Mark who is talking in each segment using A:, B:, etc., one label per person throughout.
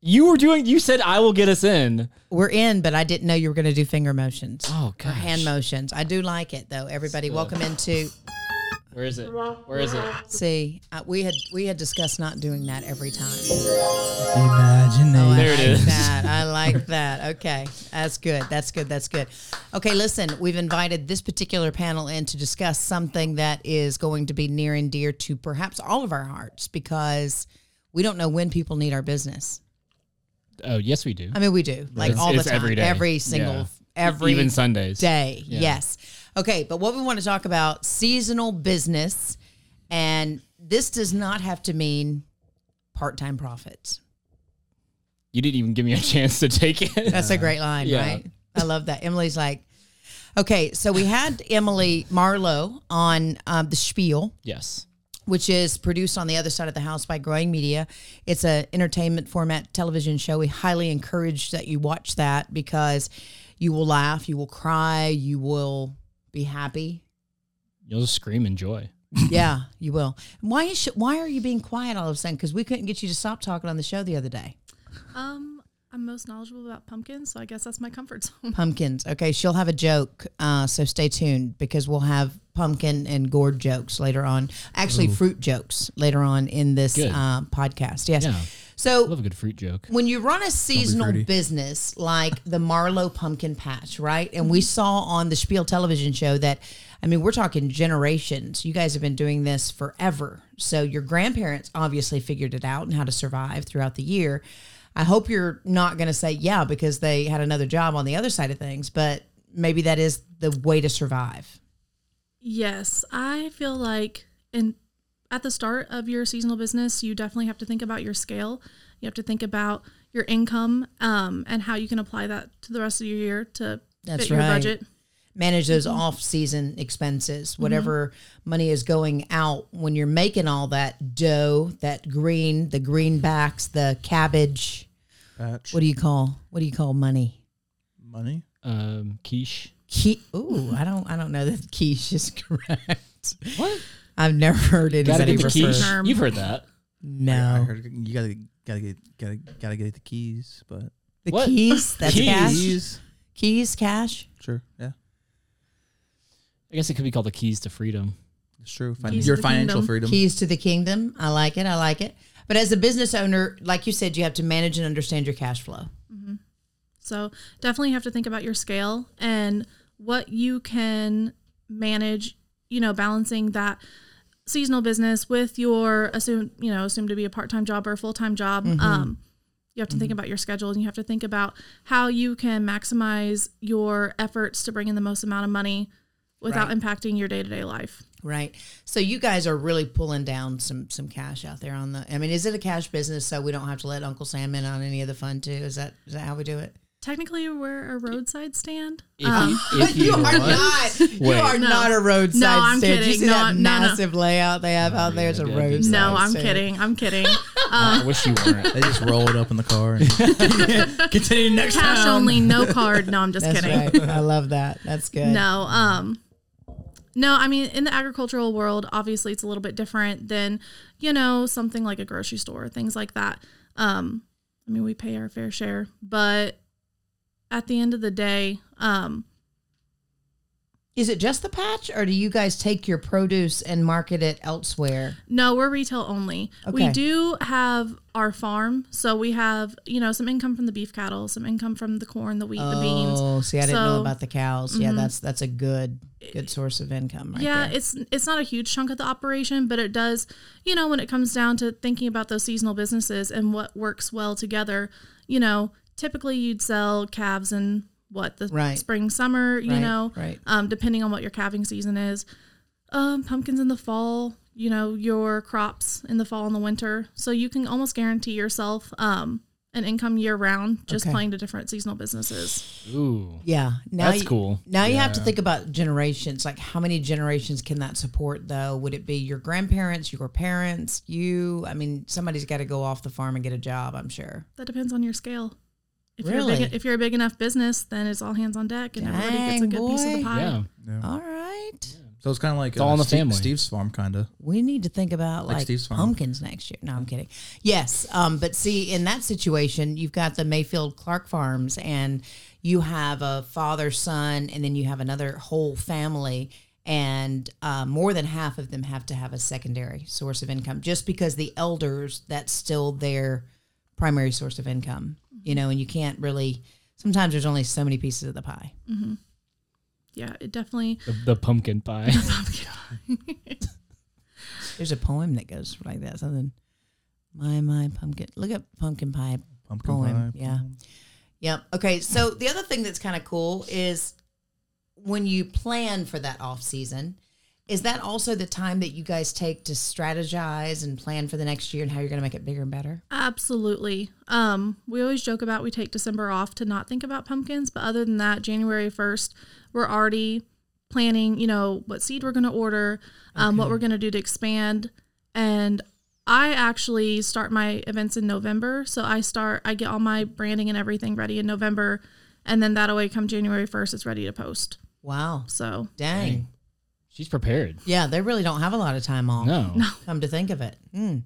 A: You were doing. You said I will get us in.
B: We're in, but I didn't know you were going to do finger motions
A: Oh
B: or hand
A: gosh.
B: motions. I do like it though. Everybody, welcome into.
A: Where is it? Where is it?
B: See, I, we had we had discussed not doing that every time. Oh,
C: Imagination.
B: I
A: There it
B: like
A: is.
B: That. I like that. Okay. That's good. That's good. That's good. Okay, listen, we've invited this particular panel in to discuss something that is going to be near and dear to perhaps all of our hearts because we don't know when people need our business.
A: Oh yes, we do.
B: I mean, we do. Like
A: It's-
B: all the
A: it's
B: time.
A: every day.
B: Every single
A: Yeah. E-,
B: every
A: Even Sundays.
B: day. Yes. Okay, but what we want to talk about seasonal business and this does not have to mean part-time profits.
A: You didn't even give me a chance to take it.
B: That's a great line,
A: yeah.
B: right? I love that. Emily's like, okay, so we had Emily Marlowe on um, the Spiel,
A: yes.
B: which is produced on the other side of the house by Growing Media. It's an entertainment format television show. We highly encourage that you watch that because you will laugh, you will cry, you will be happy.
A: You'll just scream in joy.
B: yeah, you will. Why is she, why are you being quiet all of a sudden? Because we couldn't get you to stop talking on the show the other day.
D: Um, I'm most knowledgeable about pumpkins, so I guess that's my comfort zone.
B: pumpkins. Okay, she'll have a joke. Uh, so stay tuned because we'll have pumpkin and gourd jokes later on. Actually, fruit jokes later on in this
A: Good.
B: uh, podcast. Yes.
A: Yeah. I
B: So
A: love a good fruit joke.
B: when you run a seasonal
C: fruity.
B: business like the Marlowe Pumpkin Patch, right? And we saw on the Spiel television show that, I mean, we're talking generations. You guys have been doing this forever. So your grandparents obviously figured it out and how to survive throughout the year. I hope you're not going to say, yeah, because they had another job on the other side of things, but maybe that is the way to survive.
D: Yes, I feel like in at the start of your seasonal business, you definitely have to think about your scale. You have to think about your income um, and how you can apply that to the rest of your year to
B: That's
D: fit your
B: right.
D: budget.
B: manage those off-season expenses whatever money is going out when you're making all that dough that green the greenbacks the cabbage
C: Patch.
B: what do you call what do you call money
C: Money.
A: Um, quiche.
B: Ke- ooh i don't i don't know that quiche is correct what i've never heard
A: Gotta
B: anybody
A: get the
B: refer
A: quiche.
D: Term.
A: You've heard that.
C: I
B: no
C: heard you gotta gotta get gotta gotta get the keys, but
B: the
A: What?
B: keys that's
A: Keys.
B: cash
C: keys.
B: keys cash
C: Sure. Yeah.
A: I guess it could be called the keys to freedom.
C: It's true. Fin-
D: Keys
C: your
D: to the
C: financial
D: kingdom.
C: freedom.
B: keys to the kingdom i like it i like it but as a business owner like you said you have to manage and understand your cash flow
D: So definitely have to think about your scale and what you can manage, you know, balancing that seasonal business with your assumed, you know, assumed to be a part-time job or a full-time job. Um, you have to think about your schedule and you have to think about how you can maximize your efforts to bring in the most amount of money without impacting your day-to-day life.
B: Right. So you guys are really pulling down some some cash out there on the. I mean, is it a cash business? So we don't have to let Uncle Sam in on any of the fun too. Is that is that how we do it?
D: Technically, we're a roadside stand.
A: If you, if
B: Ah. You
A: you-
B: are not. You
A: Wait.
B: are
D: No.
B: not a roadside
D: No, I'm
B: stand. Did you see
D: kidding. No,
B: that
D: no, no.
B: massive layout they have out there? It's a
A: Oh, yeah, I did
B: roadside.
A: see
D: No, I'm
B: stand.
D: kidding. I'm kidding.
A: I wish you weren't.
C: They just roll it up in the car and continue next
D: Cash only, no card. No, I'm just
B: That's
D: kidding.
B: right. I love that. That's good.
D: No, um no, I mean in the agricultural world, obviously it's a little bit different than, you know, something like a grocery store, things like that. Um I mean, we pay our fair share, but at the end of the day, um
B: Is it just the patch, or do you guys take your produce and market it elsewhere?
D: no, we're retail only.
B: Okay.
D: We do have our farm, so we have, you know, some income from the beef cattle, some income from the corn, the wheat, the beans.
B: Oh, see, I didn't know
D: So- mm-hmm.
B: about the cows. Yeah, that's that's a good good source of income. Right
D: yeah
B: there.
D: it's it's not a huge chunk of the operation but it does you know when it comes down to thinking about those seasonal businesses and what works well together you know typically you'd sell calves in what the
B: Right.
D: spring summer you
B: Right,
D: know
B: right.
D: um, depending on what your calving season is um, pumpkins in the fall you know your crops in the fall and the winter so you can almost guarantee yourself um, an income year round just
B: Okay.
D: playing to different seasonal businesses
A: Ooh,
B: Yeah, now
A: That's
B: you-
A: cool.
B: Now you have to think about generations. Like, how many generations can that support? Though, would it be your grandparents, your parents, you? I mean, somebody's got to go off the farm and get a job. I'm sure.
D: that depends on your scale if
B: Really?
D: you're big, if you're a big enough business, then it's all hands on deck, and everybody gets a
B: Dang,
D: good piece of
B: boy.
D: the pie.
A: yeah.
B: All right.
C: So it's kind of like uh,
A: all in the
C: Steve-
A: family.
C: Steve's farm, kind of.
B: We need to think about
C: Like
B: like,
C: Steve's farm.
B: pumpkins next year. No, I'm kidding. Yes, um, but see, in that situation, you've got the Mayfield Clark Farms, and you have a father, son, and then you have another whole family, and uh, more than half of them have to have a secondary source of income just because the elders that's still their primary source of income. You know, and you can't really. Sometimes there's only so many pieces of the pie.
D: Yeah, it definitely.
A: The, the pumpkin pie.
B: There's a poem that goes like that. Something. My my pumpkin. Look up pumpkin pie
C: Pumpkin
B: Poem,
C: pie.
B: yeah. Yep. Okay. So the other thing that's kind of cool is when you plan for that off season, is that also the time that you guys take to strategize and plan for the next year and how you're going to make it bigger and better?
D: Absolutely. Um, we always joke about we take December off to not think about pumpkins, but other than that, January 1st, we're already planning, you know, what seed we're going to order, um, what we're going to do to expand. And I actually start my events in November. So I start, I get all my branding and everything ready in November. And then that way, come January 1st, it's ready to post.
B: Wow.
D: So
B: Dang.
A: Dang. She's prepared.
B: Yeah. They really don't have a lot of time off.
A: No.
B: Come to think of it. Hmm.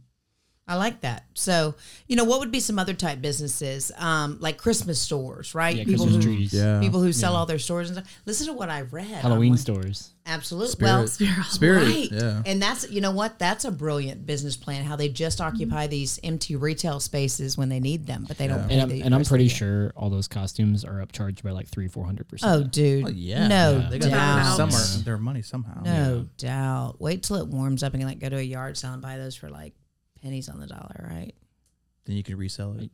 B: I like that. So, you know, what would be some other type businesses? Um, like Christmas stores, right?
A: Yeah,
B: people
A: Christmas
B: who
A: trees.
C: Yeah.
B: people who sell all their stores and stuff. Listen to what I read.
A: Halloween
B: store.
A: stores.
B: Absolutely.
C: Spirit.
B: Well,
D: Spirit.
C: Spirit.
B: Right.
C: Yeah.
B: And that's you know what? That's a brilliant business plan. How they just occupy these empty retail spaces when they need them, but they don't. pay
A: And I'm,
B: the
A: and I'm
B: rest of
A: pretty
B: the-
A: sure all those costumes are upcharged by like three, four hundred
B: Oh,
A: percent.
B: dude.
C: Oh, yeah.
B: No
C: They got
B: doubt.
D: Wow.
C: Some are their money somehow.
B: No doubt. Wait till it warms up and you like go to a yard sale and buy those for like pennies on the dollar, right?
C: Then you can resell it.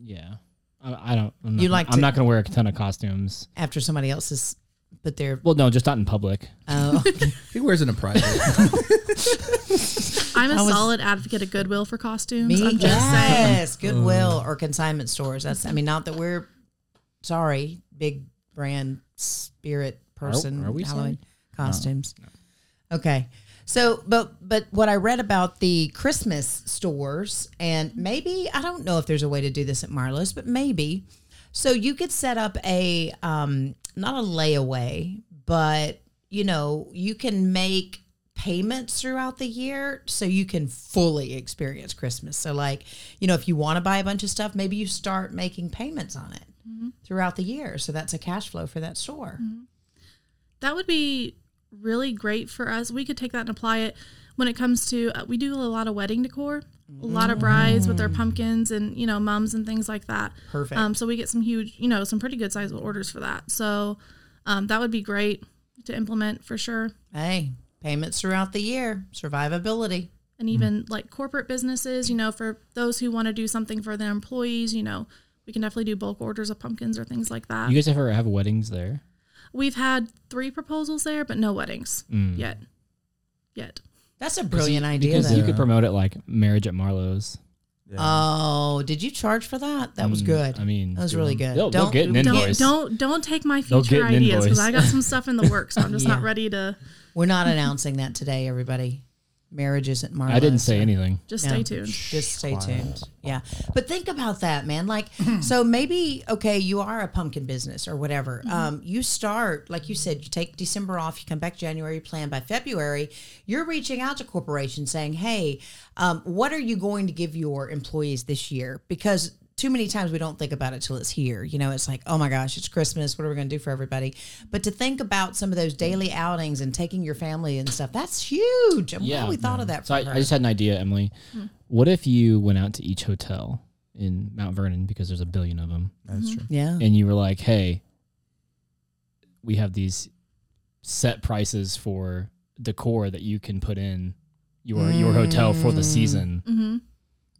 A: yeah. I, I don't. I'm
B: Oh.
A: not,
B: You
A: you
B: like
A: like?
B: to-
A: I'm not going to wear a ton of costumes.
B: After somebody else's, but they're
A: Well, no, just not in public.
B: oh,
C: He wears it in private.
D: I'm a
B: I was-
D: solid advocate of Goodwill for costumes.
B: me
D: I'm just saying.
B: yes, Goodwill or consignment stores. That's I mean, not that we're sorry, big brand spirit person
A: Oh, are we
B: Halloween costumes. Okay. So, but but what I read about the Christmas stores, and maybe I don't know if there's a way to do this at Marlowe's, but maybe. So you could set up a um, not a layaway, but you know you can make payments throughout the year so you can fully experience Christmas. So like you know if you want to buy a bunch of stuff, maybe you start making payments on it throughout the year. So that's a cash flow for that store.
D: that would be really great for us. We could take that and apply it when it comes to uh, we do a lot of wedding decor, a lot of brides with their pumpkins and you know mums and things like that.
B: Mm. Perfect.
D: Um, so we get some huge, you know, some pretty good sized orders for that. So um, that would be great to implement for sure.
B: hey, payments throughout the year, survivability.
D: And even
B: Mm.
D: like corporate businesses, you know, for those who want to do something for their employees, you know, we can definitely do bulk orders of pumpkins or things like
B: Uh.
D: that.
A: You guys ever have weddings there?
D: We've had three proposals there, but no weddings
A: Mm.
D: yet. Yet.
B: That's a brilliant idea.
A: Because
B: though.
A: you could promote it like marriage at Marlowe's.
B: Oh, did you charge for that? That was
A: Mm,
B: good.
A: I mean,
B: that was really good.
A: They'll, they'll
B: Don't-
A: get an
B: don't-
A: invoice.
D: Don't, don't don't take my
A: They'll
D: future
A: get an
D: ideas because
A: invoice.
D: I got some stuff in the works. So I'm just not
B: Yeah.
D: ready to
B: We're not announcing that today, everybody. Marriage isn't Marlowe.
A: I didn't say anything.
D: just
B: No.
D: stay tuned.
B: Just stay tuned. Yeah. But think about that, man. Like, so maybe, okay, you are a pumpkin business or whatever.
D: Mm-hmm.
B: Um, you start, like you said, you take December off, you come back January, you plan by February. You're reaching out to corporations saying, hey, um, what are you going to give your employees this year? Because too many times we don't think about it till it's here. You know, it's like, oh my gosh, it's Christmas. What are we going to do for everybody? But to think about some of those daily outings and taking your family and stuff, that's huge. I'm glad we thought of that.
A: So
B: for
A: I,
B: her.
A: I just had an idea, Emily.
B: Hmm.
A: What if you went out to each hotel in Mount Vernon because there's a billion of them,
C: That's true.
B: yeah.
A: and you were like, "Hey, we have these set prices for decor that you can put in your your hotel for
C: Mm.
A: the season,
D: hmm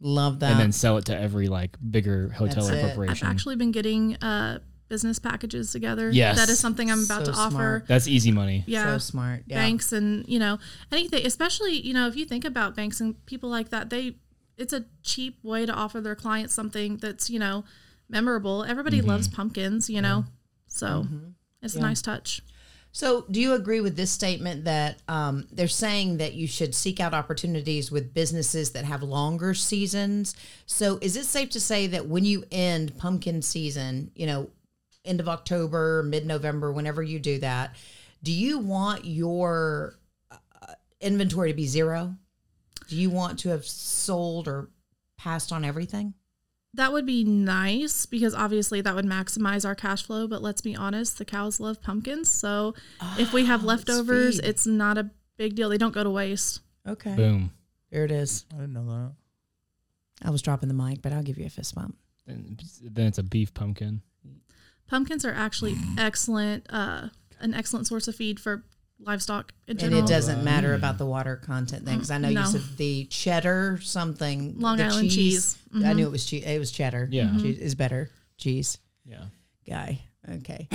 B: Love that.
A: and then sell it to every like bigger hotel
B: That's
A: or
B: it. I've
D: I've
A: corporation."
D: actually been getting uh, business packages together.
A: Yes.
D: that is something I'm about
B: So
D: to offer.
B: smart.
A: That's easy money.
D: Yeah,
B: So smart. Yeah.
D: banks and you know anything, especially you know if you think about banks and people like that, they it's a cheap way to offer their clients something that's you know memorable. Everybody
A: Mm-hmm.
D: loves pumpkins, you know, so
B: Mm-hmm.
D: it's a nice touch.
B: So, do you agree with this statement that um, they're saying that you should seek out opportunities with businesses that have longer seasons? So, is it safe to say that when you end pumpkin season, you know, end of October, mid November, whenever you do that, do you want your uh, inventory to be zero? Do you want to have sold or passed on everything?
D: That would be nice because obviously that would maximize our cash flow. But let's be honest, the cows love pumpkins. So if we have
B: Oh, it's
D: leftovers,
B: feed.
D: it's not a big deal. They don't go to waste.
B: okay.
A: Boom.
B: There it is.
C: I didn't know that.
B: I was dropping the mic, but I'll give you a fist bump.
A: Then, then it's a beef pumpkin.
D: Pumpkins are actually
B: Mm.
D: excellent, uh, an excellent source of feed for livestock in
B: And
D: general.
B: it doesn't matter
A: Mm.
B: about the water content thing because I know you
D: No.
B: said the cheddar something
D: Long
B: the
D: Island cheese. Mm-hmm.
B: I
D: Mhm.
B: knew it was cheese. It was cheddar.
A: Yeah. Mhm.
B: cheese is better. Cheese
A: Yeah.
B: guy. Okay.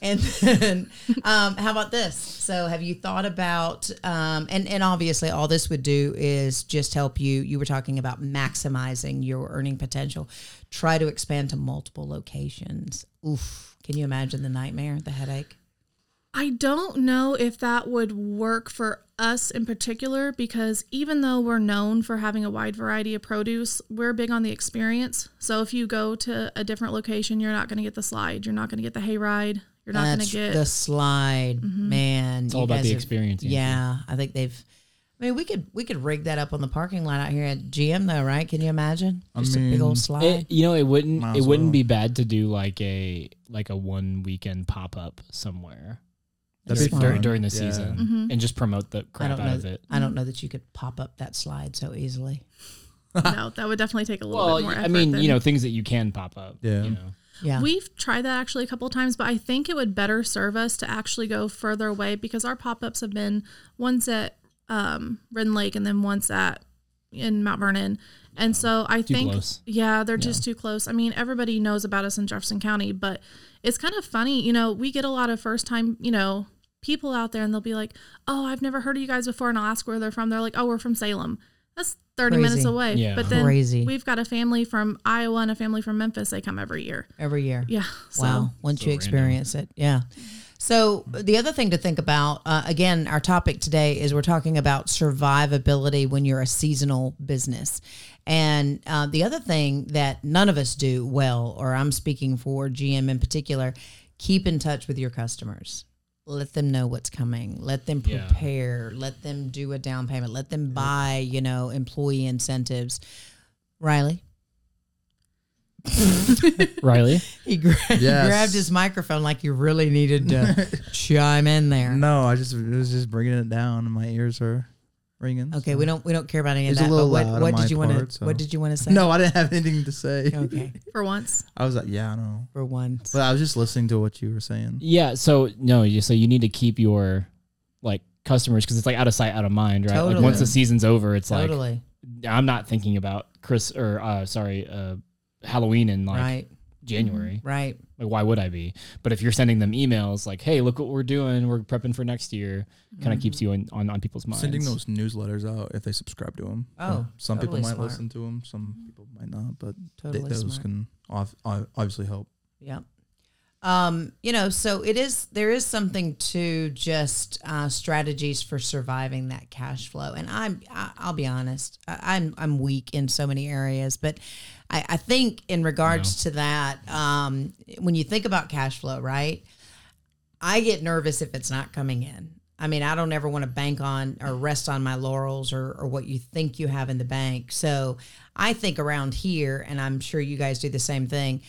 B: and then um, how about this? So have you thought about um, and and obviously all this would do is just help you. You were talking about maximizing your earning potential. Try to expand to multiple locations. Oof. Can you imagine the nightmare, the headache?
D: I don't know if that would work for us in particular because even though we're known for having a wide variety of produce, we're big on the experience. So if you go to a different location, you're not going to get the slide, you're not going to get the hayride, you're not going to
B: That's
D: get Mm-hmm.
B: the slide, man.
A: It's all
B: You
A: about
B: guys
A: the
B: have-
A: experience. Andrew.
B: Yeah, I think they've. I mean, we could we could rig that up on the parking lot out here at GM, though, right? Can you imagine?
C: I
B: Just a big
C: mean,
B: old slide.
A: It, you know, it wouldn't
C: Might
A: it
C: as
A: wouldn't
C: well.
A: be bad to do like a like a one weekend pop up somewhere
B: That'd be
A: dur- during,
B: fun.
A: the
C: Yeah.
A: season
D: Mhm.
A: and just promote the
B: Mm-hmm. I
A: crap
B: don't
A: out of
B: know.
A: it.
B: I don't know that you could pop up that slide so easily.
D: no, that would definitely take a little
A: Well,
D: bit more effort.
A: I mean,
D: than-
A: you know, things that you can pop up.
C: Yeah.
A: You know.
B: Yeah,
D: We've tried that actually a couple of times, but I think it would better serve us to actually go further away because our pop ups have been ones at um, Ren Lake and then once at in Mount Vernon. And so I
A: Too
D: think,
A: close.
D: yeah, they're just too close. I mean, everybody knows about us in Jefferson County, but it's kind of funny. You know, we get a lot of first time, you know, people out there and they'll be like, oh, I've never heard of you guys before. And I'll ask where they're from. They're like, oh, we're from Salem. That's 30 minutes
B: Crazy.
D: away.
A: Yeah.
D: But then
B: Crazy.
D: we've got a family from Iowa and a family from Memphis. They come every year.
B: every year.
D: Yeah. So.
B: Wow. Once
A: So
B: you
A: random.
B: experience it. Yeah. So the other thing to think about, uh, again, our topic today is we're talking about survivability when you're a seasonal business. And uh, the other thing that none of us do well, or I'm speaking for GM in particular, keep in touch with your customers. Let them know what's coming. Let them
A: Yeah.
B: prepare. Let them do a down payment. Let them buy, you know, employee incentives. Riley,
A: Riley,
B: he, gra- he
C: Yes.
B: grabbed his microphone like he really needed to chime in there.
C: No, I just it was just bringing it down, and my ears are ringing.
B: Okay, we don't we don't care about any of
C: It's a
B: that. But
C: little
B: what,
C: loud on
B: what
C: my
B: did you want to
C: part, so.
B: what did you want to say?
C: No, I didn't have anything to say.
B: Okay,
D: for once.
C: I was like, yeah, I know.
B: for once.
C: But I was just listening to what you were saying.
A: yeah. So no, you so you need to keep your like customers because it's like out of sight, out of mind, right? Like
B: Totally.
A: once the season's over, it's like
B: Totally
A: I'm not thinking about Chris or uh, sorry, uh, Halloween in like
B: right,
A: January.
B: right.
A: Like, why would I be? But if you're sending them emails like, "Hey, look what we're doing. We're prepping for next year," kind of
B: Mm-hmm.
A: keeps you in, on on people's minds.
C: Sending those newsletters out if they subscribe to them.
B: Oh,
C: some
B: totally
C: people might
B: smart.
C: listen to them, some
D: Mm-hmm.
C: people might not, but they,
B: Totally
C: those
B: smart.
C: can off, obviously help.
B: Yep. Um, you know, so it is there is something to just uh, strategies for surviving that cash flow. And I'm I, I'll be honest, I, I'm I'm weak in so many areas, but I, I think in regards to that, um, when you think about cash flow, right? I get nervous if it's not coming in. I mean, I don't ever want to bank on or rest on my laurels or, or what you think you have in the bank. So I think around here, and I'm sure you guys do the same thing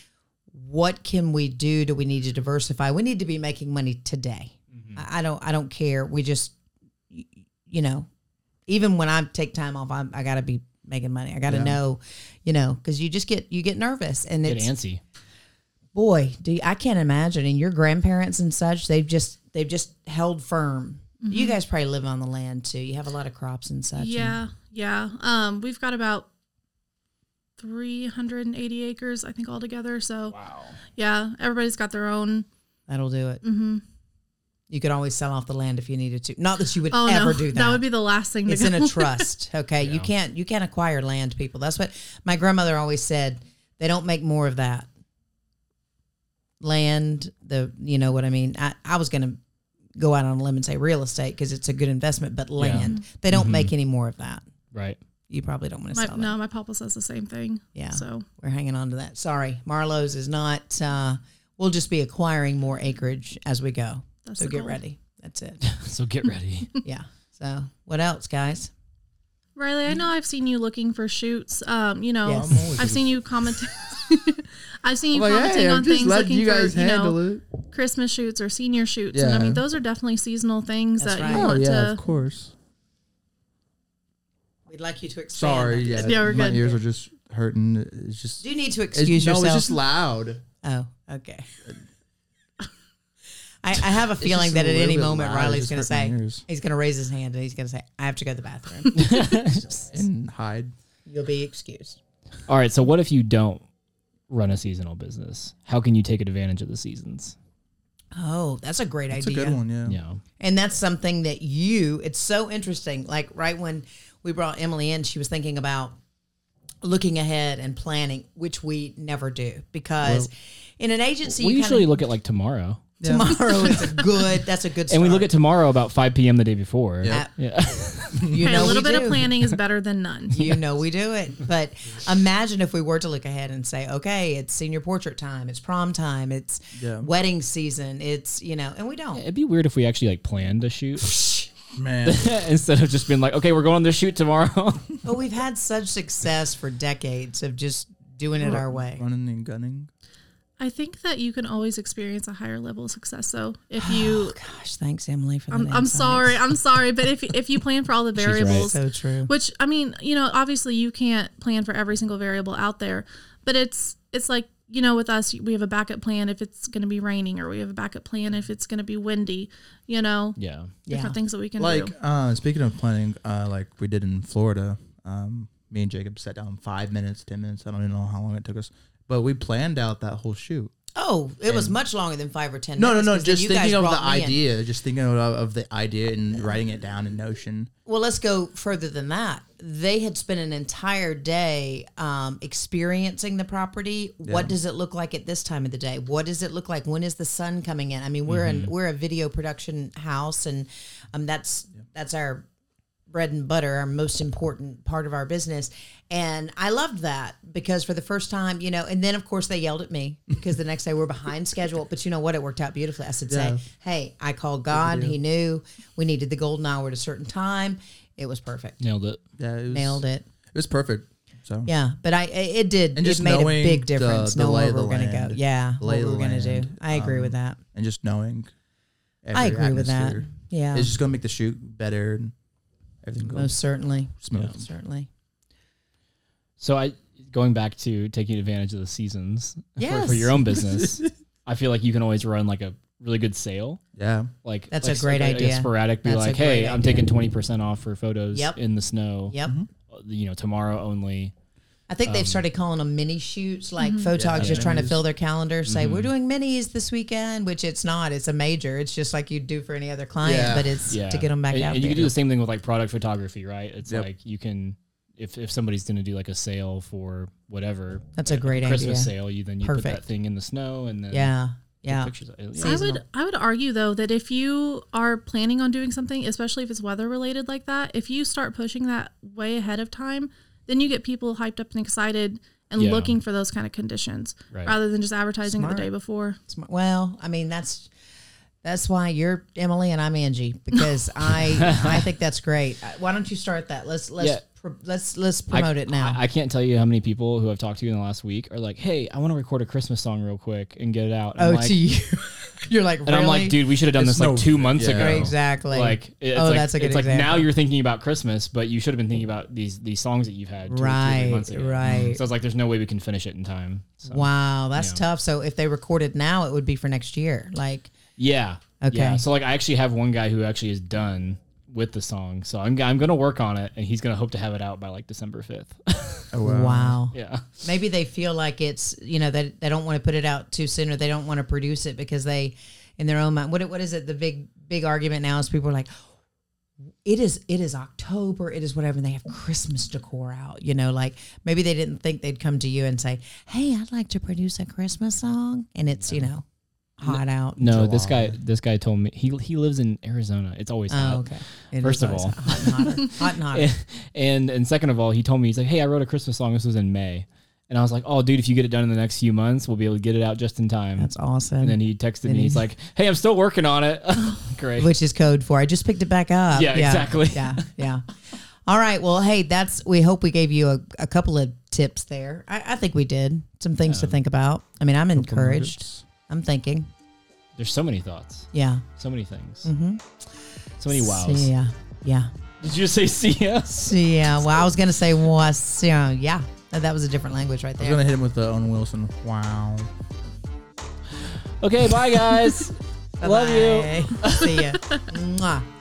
B: what can we do? Do we need to diversify? We need to be making money today. I I don't. I don't care. We just, y- you know, even when I take time off, I'm, I got to be making money. I got to
C: Yeah.
B: know, you know, because you just get you get nervous and
A: Get
B: it's
A: antsy.
B: boy, do you, I can't imagine. And your grandparents and such, they've just they've just held firm. You guys probably live on the land too. You have a lot of crops and such. and-
D: Mm-hmm. Yeah. Yeah. Um, we've got about 380 acres, I think, altogether. So,
A: Wow.
D: yeah, everybody's got their own.
B: that'll do it.
D: hmm
B: You could always sell off the land if you needed to. Not that you would
D: Oh,
B: ever
D: no.
B: do that.
D: would be the last thing to
B: it's
D: go.
B: in a trust okay
A: Yeah.
B: you can't you can't acquire land people that's what my grandmother always said they don't make more of that land the you know what i mean i, I was gonna go out on a limb and say real estate because it's a good investment but land they don't
A: Mhm.
B: make any more of that
A: Right.
B: you probably don't want to
D: My,
B: sell that
D: no, my papa says the same thing.
B: yeah
D: So,
B: we're hanging on to that sorry marlowe's is not uh, we'll just be acquiring more acreage as we go
D: That's
B: so
D: the
B: get
D: goal.
B: ready That's it.
A: So get ready.
B: yeah. So what else, guys?
D: Riley, I know I've seen you looking for shoots. Um, you know,
B: Yes.
C: I'm always
D: I've seen you comment. I've seen you
C: I'm like,
D: commenting
C: hey, I'm
D: on
C: just
D: things
C: letting
D: looking
C: you guys
D: for you know
C: handle it.
D: Christmas shoots or senior shoots, and I
C: Yeah.
D: mean those are definitely seasonal things
B: That's
D: that
B: right.
D: you
B: Oh,
C: Oh
D: want
C: yeah, of
D: to.
C: course.
B: We'd like you to expand.
C: Sorry, yeah,
D: Yeah, we're
C: my
D: good.
C: ears are just hurting. It's just
B: Do you need to
C: it's,
B: excuse
C: no,
B: yourself?
C: it's just loud.
B: oh, okay. I, I have a
C: It's
B: feeling
C: just
B: that
C: a
B: at
C: little
B: any
C: bit
B: moment
C: loud. It
B: Riley's
C: just
B: going to
C: hurt my
B: say
C: ears.
B: he's going to raise his hand and he's going to say I have to go to the bathroom.
C: and hide.
B: You'll be excused.
A: All right. So what if you don't run a seasonal business? How can you take advantage of the seasons?
B: Oh, that's a great
C: It's a
B: idea.
C: good one, yeah.
A: You know,
B: And that's something that you, it's so interesting. Like right when we brought Emily in, she was thinking about looking ahead and planning, which we never do because in an agency,
A: we
B: you
A: usually
B: kinda,
A: look at like tomorrow,
B: tomorrow is a good, that's a good
A: and we
B: start.
A: look at tomorrow about 5 p.m. the day before.
C: Yeah.
A: Yeah.
B: you
D: Okay,
B: know
D: a little
B: we
D: bit
B: do.
D: of planning is better than none.
B: You know we do it. But imagine if we were to look ahead and say, okay, it's senior portrait time, it's prom time, it's
C: Yeah.
B: wedding season, it's, you know, and we don't.
A: It'd be weird if we actually like planned a shoot
C: Man,
A: instead of just being like, okay, we're going on this shoot tomorrow.
B: But we've had such success for decades of just doing it our way.
C: running and gunning.
D: I think that you can always experience a higher level of success. though.
B: Oh,
D: if you,
B: Gosh, thanks, Emily, for that.
D: I'm, I'm
B: insight.
D: sorry, I'm sorry, but if if you plan for all the
A: right.
D: variables,
B: So true.
D: which i mean you know obviously you can't plan for every single variable out there but it's it's like you know with us we have a backup plan if it's going to be raining or we have a backup plan if it's going to be windy you know
A: yeah.
D: different things that we can
C: Like
D: do
C: uh, speaking of planning, uh, like we did in Florida, um, me and Jacob sat down five minutes, ten minutes. I don't even know how long it took us, but we planned out that whole shoot.
B: Oh, it was much longer than five or ten.
C: No, no,
B: minutes,
C: no.
B: 'cause then
C: Just
B: you guys
C: thinking of the
B: brought me in.
C: idea, just thinking of, of the idea and writing it down in Notion.
B: Well, let's go further than that. They had spent an entire day um, experiencing the property. What does it look like at this time of the day? What does it look like? When is the sun coming in? I mean, we're
C: Mm-hmm.
B: in we're a video production house, and um, that's that's our bread and butter, our most important part of our business. And I loved that because for the first time, you know, and then of course they yelled at me because the next day we're behind schedule. But you know what? It worked out beautifully. I said,
C: Yeah.
B: say, hey, I called God. He knew we needed the golden hour at a certain time. It was perfect.
A: Nailed it.
C: Yeah, it was,
B: Nailed it.
C: It was perfect. So
B: Yeah, but I it it did.
C: And
B: it
C: just
B: made a
C: knowing
B: big
C: the-
B: difference
C: the
B: knowing
C: lay
B: where
C: of
B: we're
C: the
B: going to go.
C: land,
B: Yeah,
C: the
B: what
C: lay
B: we
C: of
B: we're
C: the
B: going to do.
C: land,
B: I agree with that.
C: and just knowing.
B: I
C: every
B: agree with that.
C: atmosphere.
B: Yeah,
C: It's just gonna make the shoot better and everything goes
B: most certainly,
C: smooth.
B: certainly.
A: So I going back to taking advantage of the seasons for,
B: Yes.
A: for your own business. I feel like you can always run like a really good sale.
C: Yeah.
A: Like
B: That's
A: like
B: a great
A: like a
B: idea.
A: sporadic, be
B: That's a
A: like, hey,
B: great
A: I'm
B: idea.
A: taking twenty percent off for photos
B: Yep.
A: in the snow. uh,
B: Yep.
C: Mm-hmm.
A: You know, tomorrow only.
B: I think
A: Um,
B: they've started calling them mini shoots, like photogs just trying to fill their calendar, say we're
A: Mm-hmm.
B: doing minis this weekend, which it's not. It's a major. It's just like you'd do for any other client,
C: Yeah.
B: but it's
A: Yeah.
B: to get them back
A: and,
B: out
A: and you
B: there.
A: can do the same thing with like product photography, right? It's
C: Yep.
A: like you can if if somebody's going to do like a sale for whatever
B: That's a great
A: Christmas
B: idea.
A: sale, you then you put that
B: Perfect.
A: thing in the snow and then
B: Yeah,
A: take
B: yeah.
A: pictures. of it.
D: I would I would argue though that if you are planning on doing something, especially if it's weather related like that, if you start pushing that way ahead of time, then you get people hyped up and excited and
A: Yeah.
D: looking for those kind of conditions
A: Right.
D: rather than just advertising it
B: Smart.
D: the day before.
B: Smart. Well, I mean that's that's why you're Emily and I'm Angie because I I think that's great. Uh, Why don't you start that? Let's let's
A: Yeah.
B: pro- let's let's promote it now.
A: I, I can't tell you how many people who I've talked to in the last week are like, "Hey, I want to record a Christmas song real quick and get it out." And
B: oh,
A: I'm like,
B: to you, you're like
A: and I'm like, dude, we should have done
C: It's
A: this like
C: no-
A: two months
C: yeah.
A: ago.
B: exactly.
A: Like, it's
B: oh,
A: like,
B: that's a good
A: it's
B: example.
A: like now you're thinking about Christmas, but you should have been thinking about these these songs that you've had two or three
B: Right,
A: months ago.
B: right.
A: So it's like, there's no way we can finish it in time. So.
B: Wow, that's
A: Yeah.
B: tough. So if they recorded now, it would be for next year. Like,
A: Yeah.
B: Okay.
A: Yeah. So like, I actually have one guy who actually is done with the song, so I'm I'm gonna work on it, and he's gonna hope to have it out by like December 5th.
C: Oh
B: wow.
A: yeah.
B: Maybe they feel like it's you know they, they don't want to put it out too soon or they don't want to produce it because they, in their own mind, what what is it? The big big argument now is people are like, it is it is October, it is whatever, and they have Christmas decor out. You know, like maybe they didn't think they'd come to you and say, hey, I'd like to produce a Christmas song, and it's you know hot out.
A: No, this
C: July.
A: guy this guy told me he he lives in Arizona. It's always hot.
B: Oh, okay. It
A: First
B: is
A: of
B: always
A: all.
B: hot and hotter, hot and hotter.
A: and and second of all, he told me he's like, "Hey, I wrote a Christmas song. This was in May." And I was like, oh, dude, if you get it done in the next few months, we'll be able to get it out just in time.
B: That's awesome.
A: and then he texted
B: Then
A: me. He's
B: he-
A: like, hey, I'm still working on it. Great.
B: which is code for I just picked it back up.
A: Yeah, exactly.
B: Yeah, yeah. All right. Well, hey, that's we hope we gave you a, a couple of tips there. I, I think we did some things to think about. I mean, I'm encouraged. I'm thinking.
A: There's so many thoughts,
B: Yeah.
A: so many things,
B: Mm-hmm.
A: so many wows.
B: Yeah. Yeah.
A: Did you just say CS?
B: So, yeah. Well, I was gonna say was. Yeah. Yeah. That was a different language right
C: I was
B: there.
C: gonna hit him with the Owen Wilson. Wow.
A: Okay, bye guys. Love you.
B: Bye-bye. See ya. Mwah.